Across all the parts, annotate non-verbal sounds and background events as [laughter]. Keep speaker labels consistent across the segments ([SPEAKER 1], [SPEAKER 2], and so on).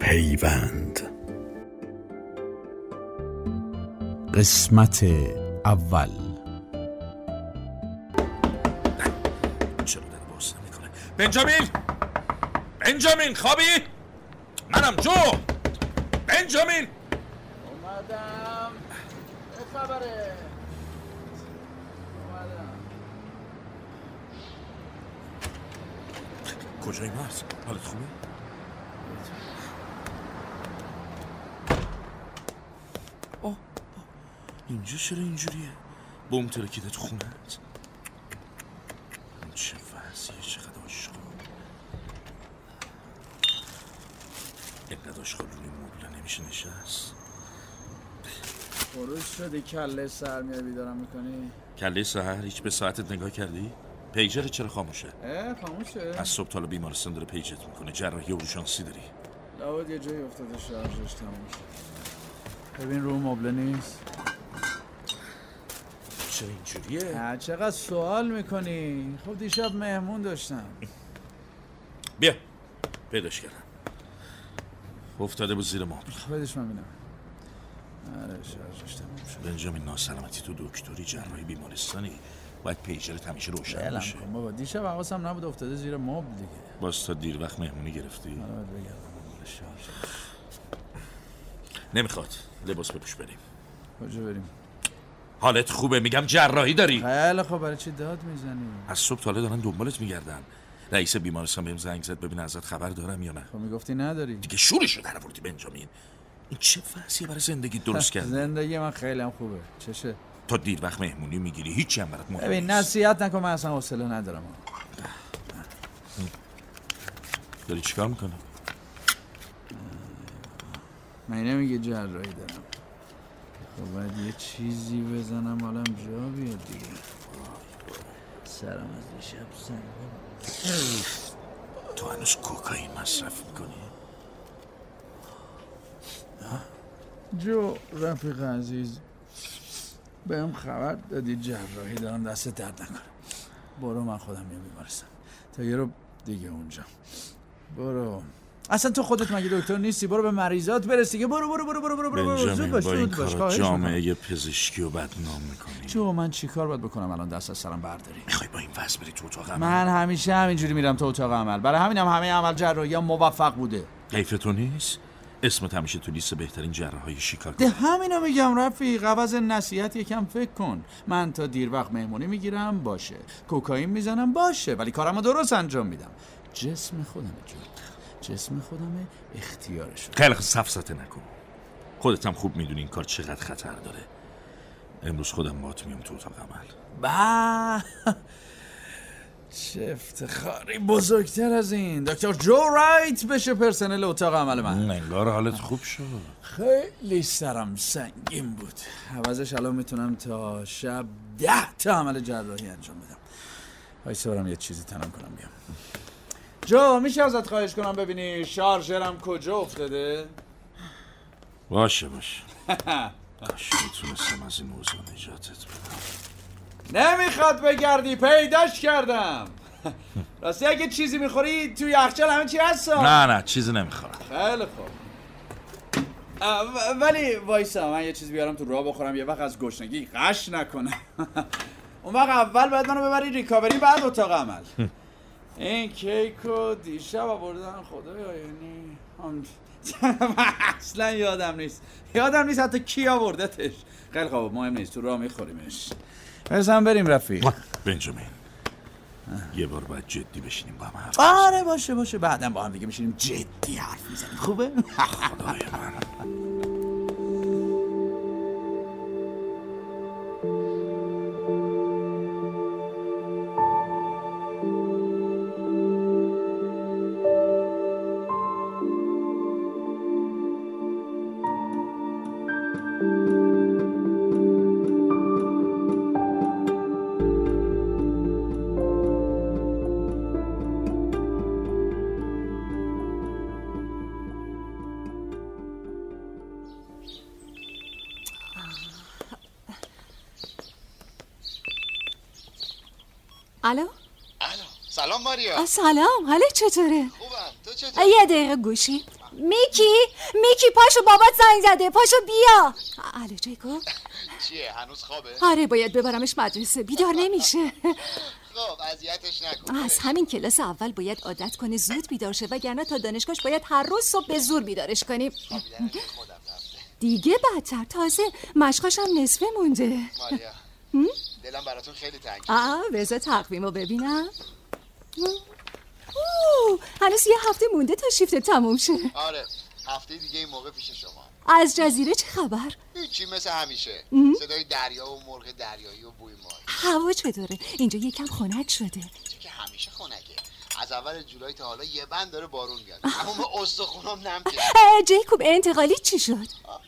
[SPEAKER 1] پیوند
[SPEAKER 2] قسمت اول
[SPEAKER 3] چرا در باز نمیکنه بنجامین بنجامین خوابی منم جو بنجامین
[SPEAKER 4] اومدم چه خبره اومدم
[SPEAKER 3] کجای مرز حالت خوبه آه، آه، اینجا چرا اینجوریه بم ترکیده تو خونت این چه وضعیه چقدر آشغال اینقدر آشغال روی مبلا نمیشه نشست
[SPEAKER 4] خروج شدی کله سر میاری بیدارم میکنی
[SPEAKER 3] کله سهر هیچ به ساعتت نگاه کردی پیجر چرا خاموشه
[SPEAKER 4] اه خاموشه
[SPEAKER 3] از صبح تا حالا بیمارستان داره پیجت میکنه جراحی اورژانسی داری
[SPEAKER 4] لابد یه جایی افتاده شارژش تموم شد ببین رو مبله نیست
[SPEAKER 3] چرا اینجوریه
[SPEAKER 4] نه چقدر سوال میکنی خب دیشب مهمون داشتم
[SPEAKER 3] بیا پیداش کردم افتاده بود زیر مبل
[SPEAKER 4] خب، بدش من بینم آره شارژش تموم شد
[SPEAKER 3] بنجامین ناسلامتی تو دکتری جراحی بیمارستانی باید پیجرت همیشه روشن
[SPEAKER 4] بلم
[SPEAKER 3] باشه
[SPEAKER 4] کن بابا دیشب حواسم نبود افتاده زیر مبل دیگه
[SPEAKER 3] باز تا دیر وقت مهمونی گرفتی
[SPEAKER 4] آره باید بگردم دنبال شارژ
[SPEAKER 3] نمیخواد لباس بپوش بریم
[SPEAKER 4] کجا بریم
[SPEAKER 3] حالت خوبه میگم جراحی داری
[SPEAKER 4] خیلی خب برای چی داد میزنی
[SPEAKER 3] از صبح تا حالا دارن دنبالت میگردن رئیس بیمارستان بهم زنگ زد ببین ازت خبر دارم یا نه
[SPEAKER 4] خب میگفتی نداری
[SPEAKER 3] دیگه شورش رو در آوردی بنجامین این چه وضعیه برای زندگی
[SPEAKER 4] [laughs]
[SPEAKER 3] درست کرد
[SPEAKER 4] زندگی من خیلی هم خوبه چشه
[SPEAKER 3] تا دیر وقت مهمونی میگیری هیچی هم برات مهم
[SPEAKER 4] ببین
[SPEAKER 3] نیست.
[SPEAKER 4] نصیحت نکن من اصلا حوصله ندارم
[SPEAKER 3] داری چیکار میکنه
[SPEAKER 4] من نمیگه جراحی دارم خب باید یه چیزی بزنم حالم جا بیاد دیگه سرم از دیشب سنگین
[SPEAKER 3] تو هنوز کوکائین مصرف میکنی
[SPEAKER 4] جو رفیق عزیز بهم خبر دادی جراحی دارم دست درد نکنه برو من خودم میام بیمارستان تا یه رو دیگه اونجا برو اصلا تو خودت مگه دکتر نیستی برو به مریضات برس دیگه برو برو برو برو برو برو, برو.
[SPEAKER 3] بنجامین
[SPEAKER 4] زود باش
[SPEAKER 3] با این
[SPEAKER 4] زود باش
[SPEAKER 3] کارا
[SPEAKER 4] خواهش می‌کنم.
[SPEAKER 3] جامعه پزشکی رو بدنام میکنی
[SPEAKER 4] جو من چیکار باید بکنم الان دست از سرم برداری
[SPEAKER 3] میخوای با این وضع بری تو اتاق عمل
[SPEAKER 4] من همیشه همینجوری میرم تو اتاق عمل برای همینم همه عمل جراحی موفق بوده
[SPEAKER 3] حیف تو نیست اسمت همیشه تو لیست بهترین جراحای شیکاگو
[SPEAKER 4] ده همینو میگم رفیق عوض نصیحت یکم فکر کن من تا دیر وقت مهمونی میگیرم باشه کوکائین میزنم باشه ولی کارمو درست انجام میدم جسم خودمه جو جسم خودمه اختیارشو
[SPEAKER 3] خیلی خ- سفسته نکن خودت هم خوب میدونی این کار چقدر خطر داره امروز خودم باهات میام تو اتاق عمل
[SPEAKER 4] با چه افتخاری بزرگتر از این دکتر جو رایت بشه پرسنل اتاق عمل من
[SPEAKER 3] انگار حالت خوب شد
[SPEAKER 4] خیلی سرم سنگین بود عوضش الان میتونم تا شب ده تا عمل جراحی انجام بدم وایسا برم یه چیزی تنم کنم بیام جو میشه ازت خواهش کنم ببینی شارژرم کجا افتاده
[SPEAKER 3] باشه [laughs] باشه کاش میتونستم از این موضوع نجاتت بدم
[SPEAKER 4] نمیخواد بگردی پیداش کردم [laughs] راستی اگه چیزی میخوری تو یخچال همه چی هستم
[SPEAKER 3] نه نه چیزی نمیخورم
[SPEAKER 4] خیلی خوب اه، بله خب. و- ولی وایسا من یه چیز بیارم تو راه بخورم یه وقت از گشنگی قش نکنم [laughs] اون وقت اول باید منو ببری ریکاوری بعد اتاق عمل این کیک رو دیشب آوردن خدایا یعنی [laughs] هم- من اصلا یادم نیست یادم نیست حتی کی آوردتش خیلی خوب مهم نیست تو راه میخوریمش برسم بریم رفیق
[SPEAKER 3] بنجامین یه بار باید جدی بشینیم با هم حرف
[SPEAKER 4] آره باشه باشه بعدا با هم دیگه میشینیم جدی حرف میزنیم خوبه
[SPEAKER 3] خدای من
[SPEAKER 5] الو
[SPEAKER 6] الو سلام ماریا
[SPEAKER 5] آه، سلام حالت چطوره
[SPEAKER 6] خوبم تو چطور
[SPEAKER 5] آه، یه دقیقه گوشی میکی میکی پاشو بابات زنگ زده پاشو بیا الو جیکوب
[SPEAKER 1] چیه هنوز خوابه
[SPEAKER 5] آره باید ببرمش مدرسه بیدار نمیشه
[SPEAKER 1] خب اذیتش نکن
[SPEAKER 5] از همین کلاس اول باید عادت کنه زود بیدار شه وگرنه تا دانشگاهش باید هر روز صبح به زور بیدارش کنیم
[SPEAKER 1] خوابیدن خودم رفته
[SPEAKER 5] دیگه بدتر تازه مشقاش هم نصفه مونده
[SPEAKER 1] ماریا دلم براتون خیلی تنگ
[SPEAKER 5] آه بذار تقویمو ببینم اوه هنوز یه هفته مونده تا شیفت تموم شه
[SPEAKER 1] آره هفته دیگه این موقع پیش شما
[SPEAKER 5] از جزیره چه خبر
[SPEAKER 1] هیچی مثل همیشه صدای دریا و مرغ دریایی و بوی مار
[SPEAKER 5] هوا چطوره اینجا یکم خنک شده
[SPEAKER 1] چه که همیشه خنکه از اول جولای تا حالا یه بند داره بارون میاد تمام استخونام نم کرد
[SPEAKER 5] اه، جیکوب انتقالی چی شد
[SPEAKER 1] آه،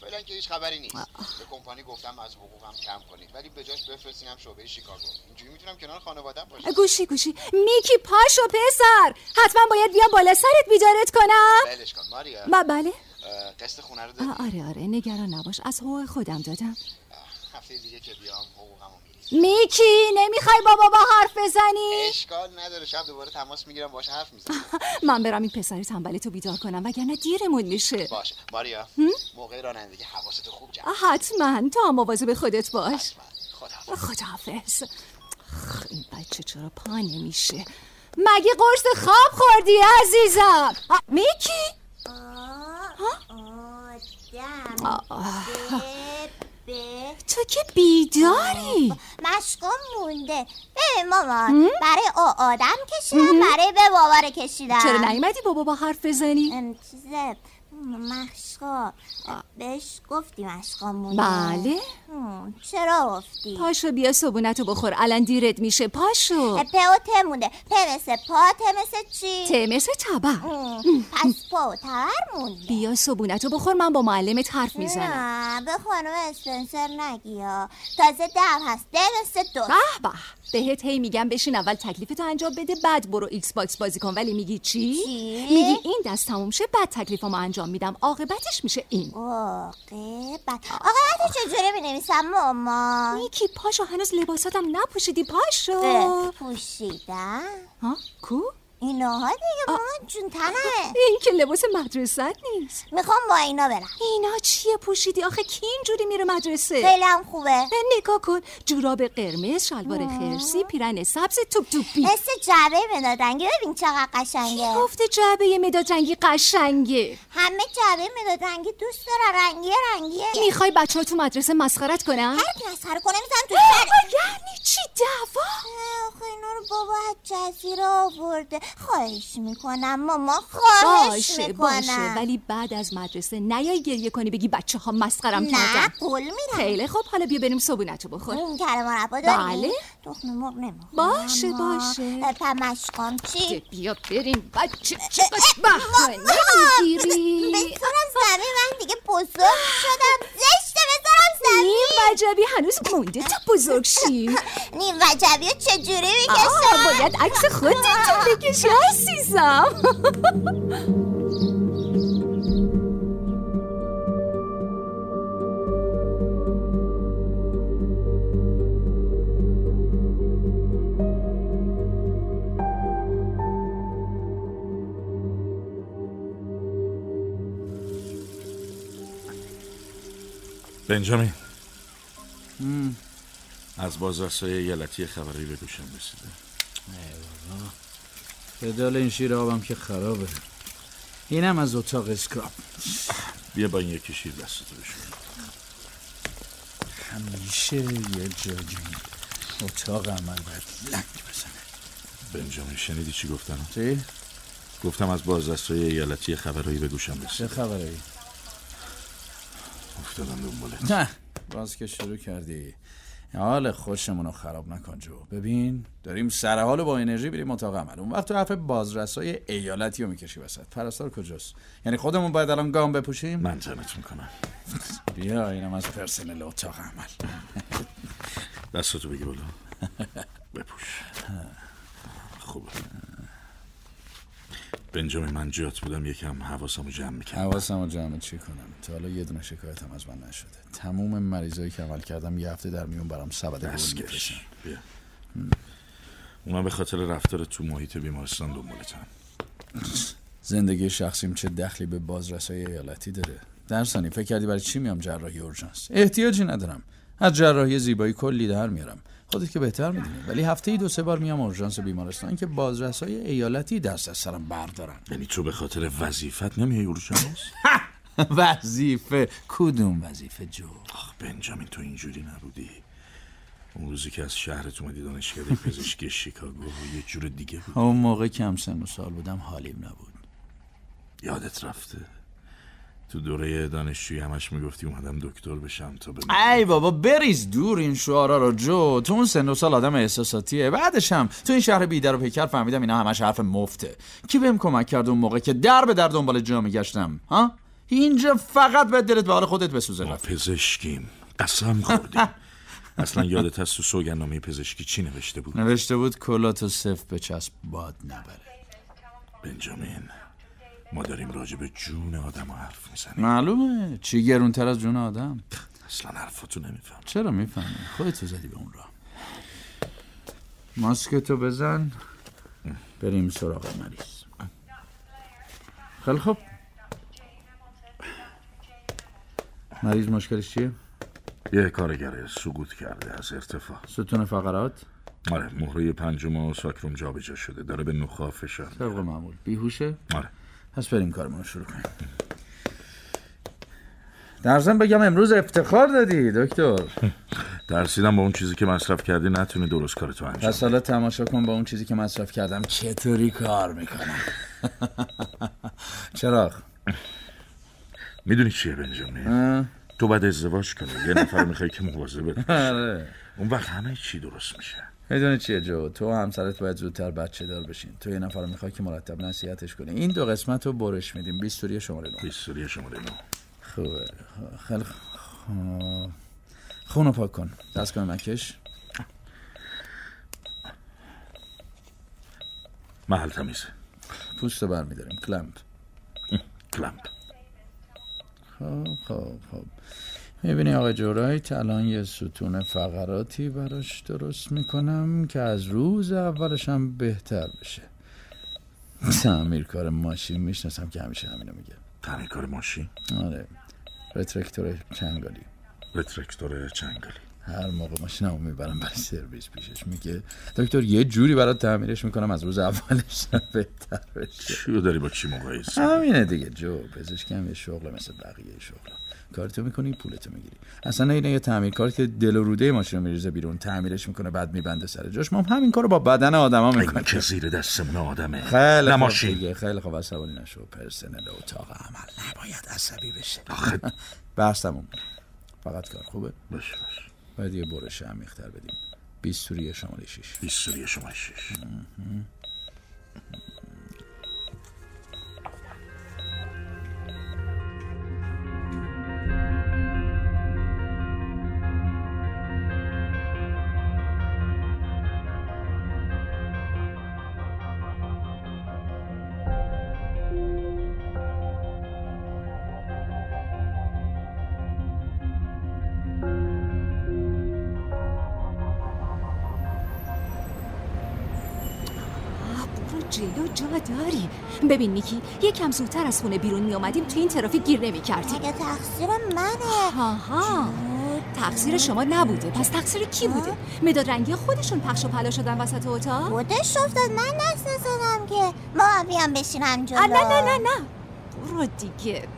[SPEAKER 1] فعلا که هیچ خبری نیست به کمپانی گفتم از حقوقم کم کنید ولی به جاش بفرستینم شعبه شیکاگو اینجوری میتونم کنار خانواده‌ام باشم
[SPEAKER 5] گوشی گوشی میکی پاشو پسر حتما باید بیام بالا سرت بیدارت کنم
[SPEAKER 1] ولش کن ماریا
[SPEAKER 5] با بله
[SPEAKER 1] اه، قسط خونه رو دادی
[SPEAKER 5] آه، آره آره نگران نباش از حقوق خودم دادم
[SPEAKER 1] آه، هفته دیگه که بیام حقوقمو می‌گیری.
[SPEAKER 5] میکی نمیخوای بابا با حرف بزنی [laughs]
[SPEAKER 1] اشکال نداره شب دوباره تماس میگیرم باش حرف میزنم
[SPEAKER 5] من برم این پسر تنبلی تو بیدار کنم وگرنه دیرمون میشه
[SPEAKER 1] باشه ماریا موقع رانندگی حواستو خوب جمع
[SPEAKER 5] آه، حتما تو هم مواظب خودت باش
[SPEAKER 1] کن. خداحافظ.
[SPEAKER 5] خداحافظ آخ، این بچه چرا پا نمیشه مگه قرص خواب خوردی عزیزم آ، میکی
[SPEAKER 6] آدم [laughs] به
[SPEAKER 5] تو که بیداری
[SPEAKER 6] مشکم مونده ببین مامان برای او آدم کشیدم برای به باباره کشیدم
[SPEAKER 5] چرا نیومدی بابا با حرف بزنی
[SPEAKER 6] ام، چیزه مشقا بهش گفتی مشقام مونده
[SPEAKER 5] بله
[SPEAKER 6] ام، چرا گفتی؟
[SPEAKER 5] پاشو بیا صبونتو بخور الان دیرت میشه پاشو
[SPEAKER 6] په و ته مونده په مثل پا ته مثل چی؟
[SPEAKER 5] ته مثل تبر
[SPEAKER 6] ام، پس پا و تبر مونده
[SPEAKER 5] بیا صبونتو بخور من با معلمت حرف میزنم
[SPEAKER 6] نه به خانم اسپنسر نگیا تازه دم هست ده مثل دو
[SPEAKER 5] به به بهت هی میگم بشین اول تکلیفتو انجام بده بعد برو ایکس باکس بازی کن ولی میگی چی
[SPEAKER 6] چی؟
[SPEAKER 5] میگی این دست تموم شه بعد تکلیفمو انجام میدم عاقبتش میشه این
[SPEAKER 6] عاقبت عاقبت چجوری می نویسم مامان
[SPEAKER 5] یکی پاشو هنوز لباساتم نپوشیدی
[SPEAKER 6] اه،
[SPEAKER 5] پاشو
[SPEAKER 6] پوشیدم
[SPEAKER 5] ها کو
[SPEAKER 6] ایناها دیگه مامان جون تنمه
[SPEAKER 5] این که لباس مدرسه نیست
[SPEAKER 6] میخوام با اینا برم
[SPEAKER 5] اینا چیه پوشیدی آخه کی اینجوری میره مدرسه
[SPEAKER 6] خیلی هم خوبه
[SPEAKER 5] نگاه کن جوراب قرمز شلوار خرسی پیرن سبز توپ توپی
[SPEAKER 6] مثل جعبه مدادنگی ببین چقدر قشنگه
[SPEAKER 5] گفت جعبه مداد رنگی قشنگه
[SPEAKER 6] همه جعبه مدادنگی دوست داره رنگی رنگیه
[SPEAKER 5] میخوای بچه ها تو مدرسه مسخرت کنن؟
[SPEAKER 6] هر کی مسخره کنه میزنم تو
[SPEAKER 5] آه،
[SPEAKER 6] سر
[SPEAKER 5] یعنی چی دعوا؟
[SPEAKER 6] اه، آخه اینا رو بابا از جزیره آورده خواهش میکنم ماما خواهش
[SPEAKER 5] باشه باشه
[SPEAKER 6] میکنم
[SPEAKER 5] ولی بعد از مدرسه نیای گریه کنی بگی بچه ها مسخرم
[SPEAKER 6] نه
[SPEAKER 5] کردن
[SPEAKER 6] قول میدم
[SPEAKER 5] خیلی خب حالا بیا بریم صبونتو بخور
[SPEAKER 6] اون کره مربا داری؟
[SPEAKER 5] بله.
[SPEAKER 6] تخم مرغ نمیخورم
[SPEAKER 5] باشه، باشه.
[SPEAKER 6] پمشکام چی؟
[SPEAKER 5] بیا بریم بچه
[SPEAKER 6] e,
[SPEAKER 5] چقدر بهانه میگیری
[SPEAKER 6] بذارم زمین من دیگه بزرگ شدم زشته بذارم زمین
[SPEAKER 5] نیم وجبی هنوز مونده تا بزرگ شی
[SPEAKER 6] نیم وجبی رو چجوری
[SPEAKER 5] آه،
[SPEAKER 6] میکشم؟
[SPEAKER 5] باید عکس خودتو بکشی عزیزم
[SPEAKER 3] بنجامین از بازرسای یلتی خبری به گوشم رسیده
[SPEAKER 4] پدال این شیر آبم که خرابه اینم از اتاق اسکراب
[SPEAKER 3] بیا با این یکی شیر دستتو بشون
[SPEAKER 4] همیشه یه جاجی اتاق عمل باید لنگ بزنه
[SPEAKER 3] بنجامین شنیدی چی گفتم
[SPEAKER 4] چی؟
[SPEAKER 3] گفتم از بازرسای یلتی خبرایی به گوشم
[SPEAKER 4] چه
[SPEAKER 3] رسیده
[SPEAKER 4] خبره ای؟
[SPEAKER 3] افتادم دنباله
[SPEAKER 4] نه باز که شروع کردی حال خوشمون رو خراب نکن جو ببین داریم سر حال و با انرژی بریم اتاق عمل اون وقت تو حرف بازرسای ایالتی رو میکشی وسط پرستار کجاست یعنی خودمون باید الان گام بپوشیم
[SPEAKER 3] من تنت میکنم
[SPEAKER 4] بیا اینم از پرسنل اتاق عمل
[SPEAKER 3] دستتو بگی بالا [laughs] بپوش خوبه بنجامین من جات بودم یکم حواسمو جمع میکردم
[SPEAKER 4] حواسم رو جمع چی کنم تا حالا یه دونه شکایتم از من نشده تموم مریضایی که عمل کردم یه هفته در میون برام سبد گل می‌فرستن.
[SPEAKER 3] دستکش بیا اونا به خاطر رفتار تو محیط بیمارستان دنبالتن
[SPEAKER 4] زندگی شخصیم چه دخلی به بازرسای ایالتی داره در ثانی فکر کردی برای چی میام جراحی اورژانس احتیاجی ندارم از جراحی زیبایی کلی در میارم خودت که بهتر میدونی ولی هفته ای دو سه بار میام اورژانس بیمارستان که بازرسای ایالتی دست از سرم بردارن
[SPEAKER 3] یعنی تو به خاطر وظیفت نمیای اورژانس
[SPEAKER 4] [laughs] وظیفه کدوم وظیفه جو
[SPEAKER 3] آخ بنجامین تو اینجوری نبودی اون روزی که از شهرت اومدی دانشکده پزشکی شیکاگو یه جور دیگه بود
[SPEAKER 4] اون موقع کم سن و سال بودم حالیم نبود
[SPEAKER 3] یادت رفته تو دوره دانشجویی همش میگفتی اومدم دکتر بشم تا به
[SPEAKER 4] ای بابا بریز دور این شعارا رو جو تو اون سن و سال آدم احساساتیه بعدش هم تو این شهر بیدر و پیکر فهمیدم اینا همش حرف مفته کی بهم کمک کرد اون موقع که در به در دنبال جا میگشتم ها اینجا فقط به دلت به حال خودت بسوزه
[SPEAKER 3] ما
[SPEAKER 4] رفت
[SPEAKER 3] پزشکیم قسم خوردیم اصلا یادت هست تو سوگندنامه پزشکی چی نوشته بود
[SPEAKER 4] نوشته بود کلاتو صفر به چسب باد نبره
[SPEAKER 3] بنجامین ما داریم راجع به جون آدم ها حرف میزنیم
[SPEAKER 4] معلومه چی گرونتر از جون آدم
[SPEAKER 3] اصلا حرفاتو نمیفهم
[SPEAKER 4] چرا میفهمی خودتو زدی به اون راه ماسکتو بزن بریم سراغ مریض خیلی خوب مریض مشکلش چیه؟
[SPEAKER 3] یه کارگر سقوط کرده از ارتفاع
[SPEAKER 4] ستون فقرات
[SPEAKER 3] آره مهره پنجم و ساکروم جابجا شده داره به نخاع فشار میده.
[SPEAKER 4] طبق معمول بیهوشه
[SPEAKER 3] آره
[SPEAKER 4] پس بریم کارمون رو شروع کنیم در ضمن بگم امروز افتخار دادی دکتر
[SPEAKER 3] ترسیدم با اون چیزی که مصرف کردی نتونی درست کارتو انجام
[SPEAKER 4] پس حالا تماشا کن با اون چیزی که مصرف کردم چطوری کار [laughs] میکنم چراغ
[SPEAKER 3] میدونی چیه بنجامین
[SPEAKER 4] اه،
[SPEAKER 3] تو بعد ازدواج کنی یه نفر میخوای که مواظب
[SPEAKER 4] آره
[SPEAKER 3] اون وقت همه چی درست میشه
[SPEAKER 4] میدونی چیه جو تو و همسرت باید زودتر بچه دار بشین تو یه نفر میخوای که مرتب نصیحتش کنی این دو قسمت رو برش میدیم 20 توری شماره نو
[SPEAKER 3] بیستوری شماره نو
[SPEAKER 4] خوبه خیلی خوب خونو پاک کن دست کن مکش
[SPEAKER 3] محل تمیزه
[SPEAKER 4] پوست رو برمیداریم کلمپ
[SPEAKER 3] کلمپ
[SPEAKER 4] خب خب خب میبینی آقای جورایت الان یه ستون فقراتی براش درست میکنم که از روز اولش هم بهتر بشه تعمیر کار ماشین میشناسم که همیشه همینو میگه
[SPEAKER 3] تعمیر کار ماشین
[SPEAKER 4] آره رترکتور چنگالی
[SPEAKER 3] رترکتور چنگالی
[SPEAKER 4] هر موقع ماشینمو میبرم برای سرویس پیشش میگه دکتر یه جوری برات تعمیرش میکنم از روز اولش هم بهتر بشه
[SPEAKER 3] چی رو داری با چی مقایسه
[SPEAKER 4] همینه دیگه جو پزشکی هم یه شغل مثل بقیه شغل کارتو میکنی پولتو میگیری اصلا اینه یه تعمیرکار که دل و روده ماشین رو میریزه بیرون تعمیرش میکنه بعد میبنده سر جاش ما هم همین کارو با بدن آدما
[SPEAKER 3] این
[SPEAKER 4] میکنیم
[SPEAKER 3] که زیر دستمون آدمه
[SPEAKER 4] خیلی
[SPEAKER 3] نه
[SPEAKER 4] خوب
[SPEAKER 3] ماشین
[SPEAKER 4] دیگه، خیلی خوب عصبانی نشو پرسنل اتاق عمل نباید عصبی بشه [laughs]
[SPEAKER 3] آخه
[SPEAKER 4] بحث تموم فقط کار خوبه
[SPEAKER 3] باش باش
[SPEAKER 4] باید یه برش عمیق‌تر بدیم 20 توری شماره 6
[SPEAKER 3] بیستوری شماره شش
[SPEAKER 5] برو جلو جا داری ببین نیکی یکم زودتر از خونه بیرون می اومدیم تو این ترافیک گیر نمی کردیم
[SPEAKER 6] مگه تقصیر منه
[SPEAKER 5] آها تقصیر شما نبوده پس تقصیر کی بوده مداد رنگی خودشون پخش و پلا شدن وسط اتاق
[SPEAKER 6] خودش افتاد من دست نزدم که ما بیام بشینم جلو
[SPEAKER 5] آه، نه نه نه نه برو دیگه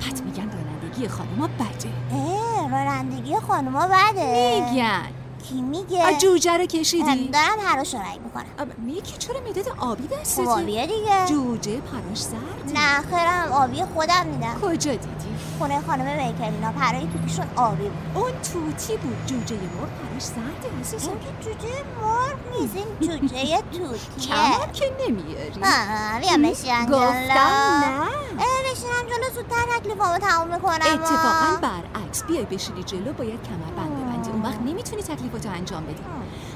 [SPEAKER 5] پت میگن رانندگی خانوما بده
[SPEAKER 6] اه، رانندگی خانوما بده
[SPEAKER 5] میگن
[SPEAKER 6] کی میگه
[SPEAKER 5] آه، جوجه رو کشیدی
[SPEAKER 6] دارم هر رو شرعی میکنم
[SPEAKER 5] آه، میکی چرا میداد آبی
[SPEAKER 6] خب
[SPEAKER 5] دستته
[SPEAKER 6] آبیه دیگه
[SPEAKER 5] جوجه پراش زرد
[SPEAKER 6] نه خیرم آبی خودم دیدم
[SPEAKER 5] کجا دیدی
[SPEAKER 6] خونه خانم میکلینا پرای توتیشون آبی بود
[SPEAKER 5] اون توتی بود جوجه مرغ پراش زرد عزیزم
[SPEAKER 6] این که جوجه مرغ نیست این جوجه توتیه
[SPEAKER 5] کمر که نمیاری
[SPEAKER 6] آه، بیا بشینم جلو
[SPEAKER 5] گفتم نه
[SPEAKER 6] اه، بشینم جلو زودتر تکلیفامو تموم میکنم
[SPEAKER 5] اتفاقا برعکس بیای بشینی جلو باید کمر بند ببندی اون وقت نمیتونی تکلیفاتو انجام بدی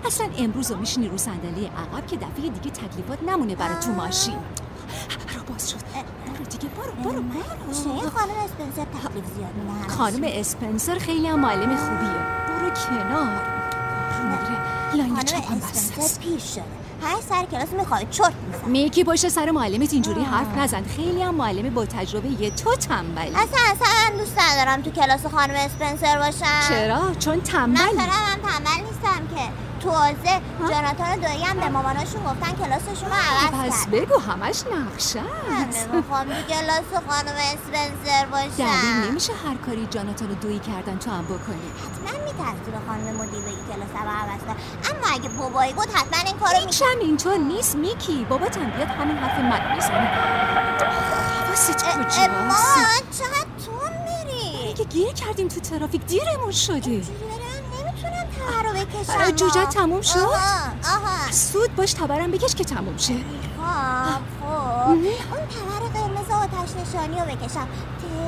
[SPEAKER 5] اصلا امروز رو میشینی رو صندلی عقب که دفعه دیگه تکلیفات نمونه برای تو ماشین را باز شد برو دیگه برو برو
[SPEAKER 6] چه این
[SPEAKER 5] برو
[SPEAKER 6] خانم اسپنسر تکلیف زیاد میدن
[SPEAKER 5] خانم اسپنسر خیلی هم معلم خوبیه برو کنار برو، نره. لاین
[SPEAKER 6] خانم
[SPEAKER 5] چاپم بسته است.
[SPEAKER 6] اسپنسر پیر شده هر سر کلاس میخواد چرت میزن
[SPEAKER 5] میکی باشه سر معلمت اینجوری حرف نزن خیلی هم معلم با تجربه یه تو تنبلی
[SPEAKER 6] اصلا اصلا دوست ندارم تو کلاس خانم اسپنسر باشم
[SPEAKER 5] چرا چون
[SPEAKER 6] من
[SPEAKER 5] تنبلی
[SPEAKER 6] چرا هم تنبل نیستم که تو حوزه جاناتان و دایی هم به ماماناشون گفتن کلاسشون رو عوض
[SPEAKER 5] پس
[SPEAKER 6] کرد
[SPEAKER 5] بگو همش نقشه است.
[SPEAKER 6] میخوام تو کلاس خانم اسپنسر
[SPEAKER 5] دلیل
[SPEAKER 6] باشم
[SPEAKER 5] نمیشه هر کاری جاناتان رو دویی کردن تو هم بکنی
[SPEAKER 6] حتما میترسی به خانم مدیر بگی کلاس رو عوض کن اما اگه بابایی بود حتما این کارو میکنه
[SPEAKER 5] هیچ هم اینطور نیست میکی بابات هم بیاد همین حرف من میزنه حواست کجاست
[SPEAKER 6] اما چقدر تون میری
[SPEAKER 5] که گیر کردیم تو ترافیک دیرمون شده
[SPEAKER 6] جوری برم نمیتونم تبر رو بکشم
[SPEAKER 5] برای جوجه تموم شد؟
[SPEAKER 6] آها آها
[SPEAKER 5] سود باش تبرم بکش که تموم شه
[SPEAKER 6] خب خب اون تبر قرمز آتش نشانی رو بکشم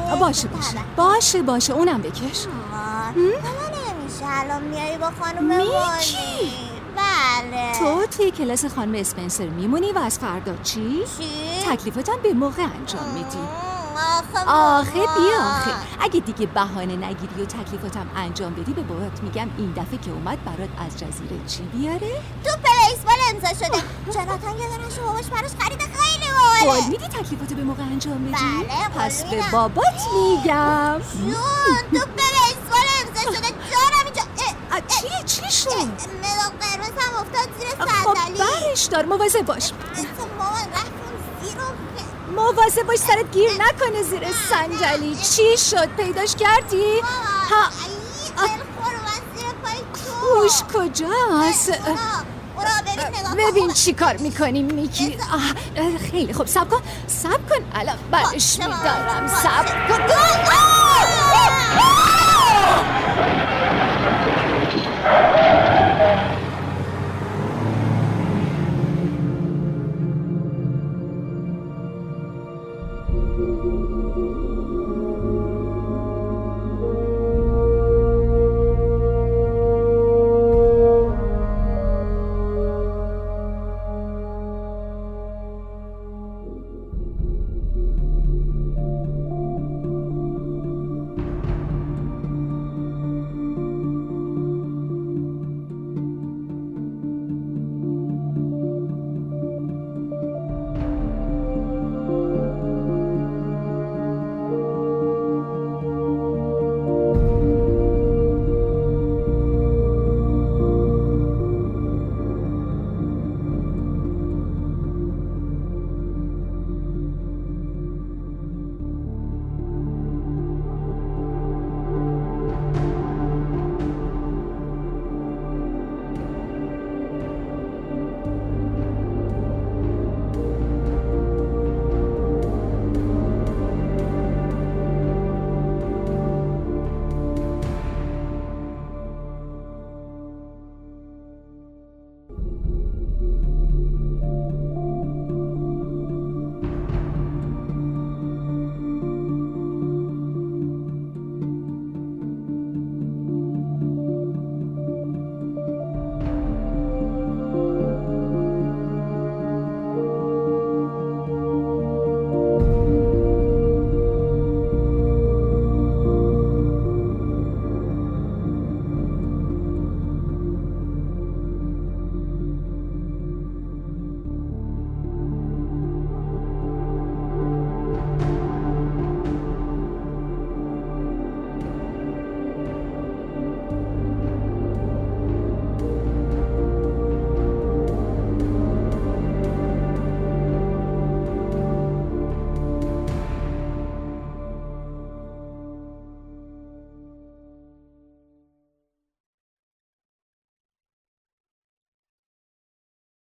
[SPEAKER 6] ته-
[SPEAKER 5] باشه
[SPEAKER 6] ته-
[SPEAKER 5] باشه
[SPEAKER 6] تبر.
[SPEAKER 5] باشه باشه اونم بکش
[SPEAKER 6] آه، حالا نمیشه الان میای با خانم
[SPEAKER 5] میکی؟
[SPEAKER 6] وانی. بله
[SPEAKER 5] تو توی کلاس خانم اسپنسر میمونی و از فردا چی؟
[SPEAKER 6] چی؟
[SPEAKER 5] تکلیفتم به موقع انجام میدی
[SPEAKER 6] مم، آخه
[SPEAKER 5] آخه
[SPEAKER 6] بابا.
[SPEAKER 5] بیا آخه اگه دیگه بهانه نگیری و تکلیفاتم انجام بدی به بابات میگم این دفعه که اومد برات از جزیره چی بیاره؟
[SPEAKER 6] تو پلیسبال امضا شده جناتان یه دونش باباش براش خریده خیلی
[SPEAKER 5] قول
[SPEAKER 6] باله
[SPEAKER 5] میدی تکلیفاتو به موقع انجام بدی؟
[SPEAKER 6] بله، قول
[SPEAKER 5] پس به
[SPEAKER 6] میدم.
[SPEAKER 5] بابات میگم
[SPEAKER 6] جون تو پلیسبال امضا شده جانم اینجا اه،
[SPEAKER 5] آ، چی چی شد؟
[SPEAKER 6] مداد قرمز هم افتاد زیر
[SPEAKER 5] خب
[SPEAKER 6] صندلی
[SPEAKER 5] برش دار مواظب باش
[SPEAKER 6] اسم مامان رفت اون زیر و-
[SPEAKER 5] مواظب باش سرت گیر نکنه زیر صندلی چی شد پیداش کردی؟ ها
[SPEAKER 6] ای، دلخور اومد زیر پای تو
[SPEAKER 5] هوش کجاست؟
[SPEAKER 6] اونا- اونا ببین نگاه کن.
[SPEAKER 5] ببین چی کار میکنی میکی آه، اه، خیلی خب سب کن سب کن الان برش میدارم سب کن آه! آه! آه!